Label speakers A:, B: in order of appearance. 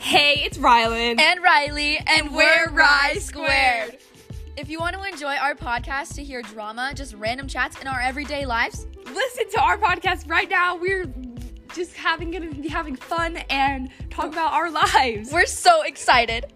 A: Hey, it's Rylan.
B: and Riley, and,
A: we're
B: we're
A: Rye
B: Rye Squared. If you want to enjoy our podcast to hear drama, just random chats in our everyday lives,
A: Listen to our podcast right now. We're just having gonna be having fun and talk about our lives.
B: we're so excited.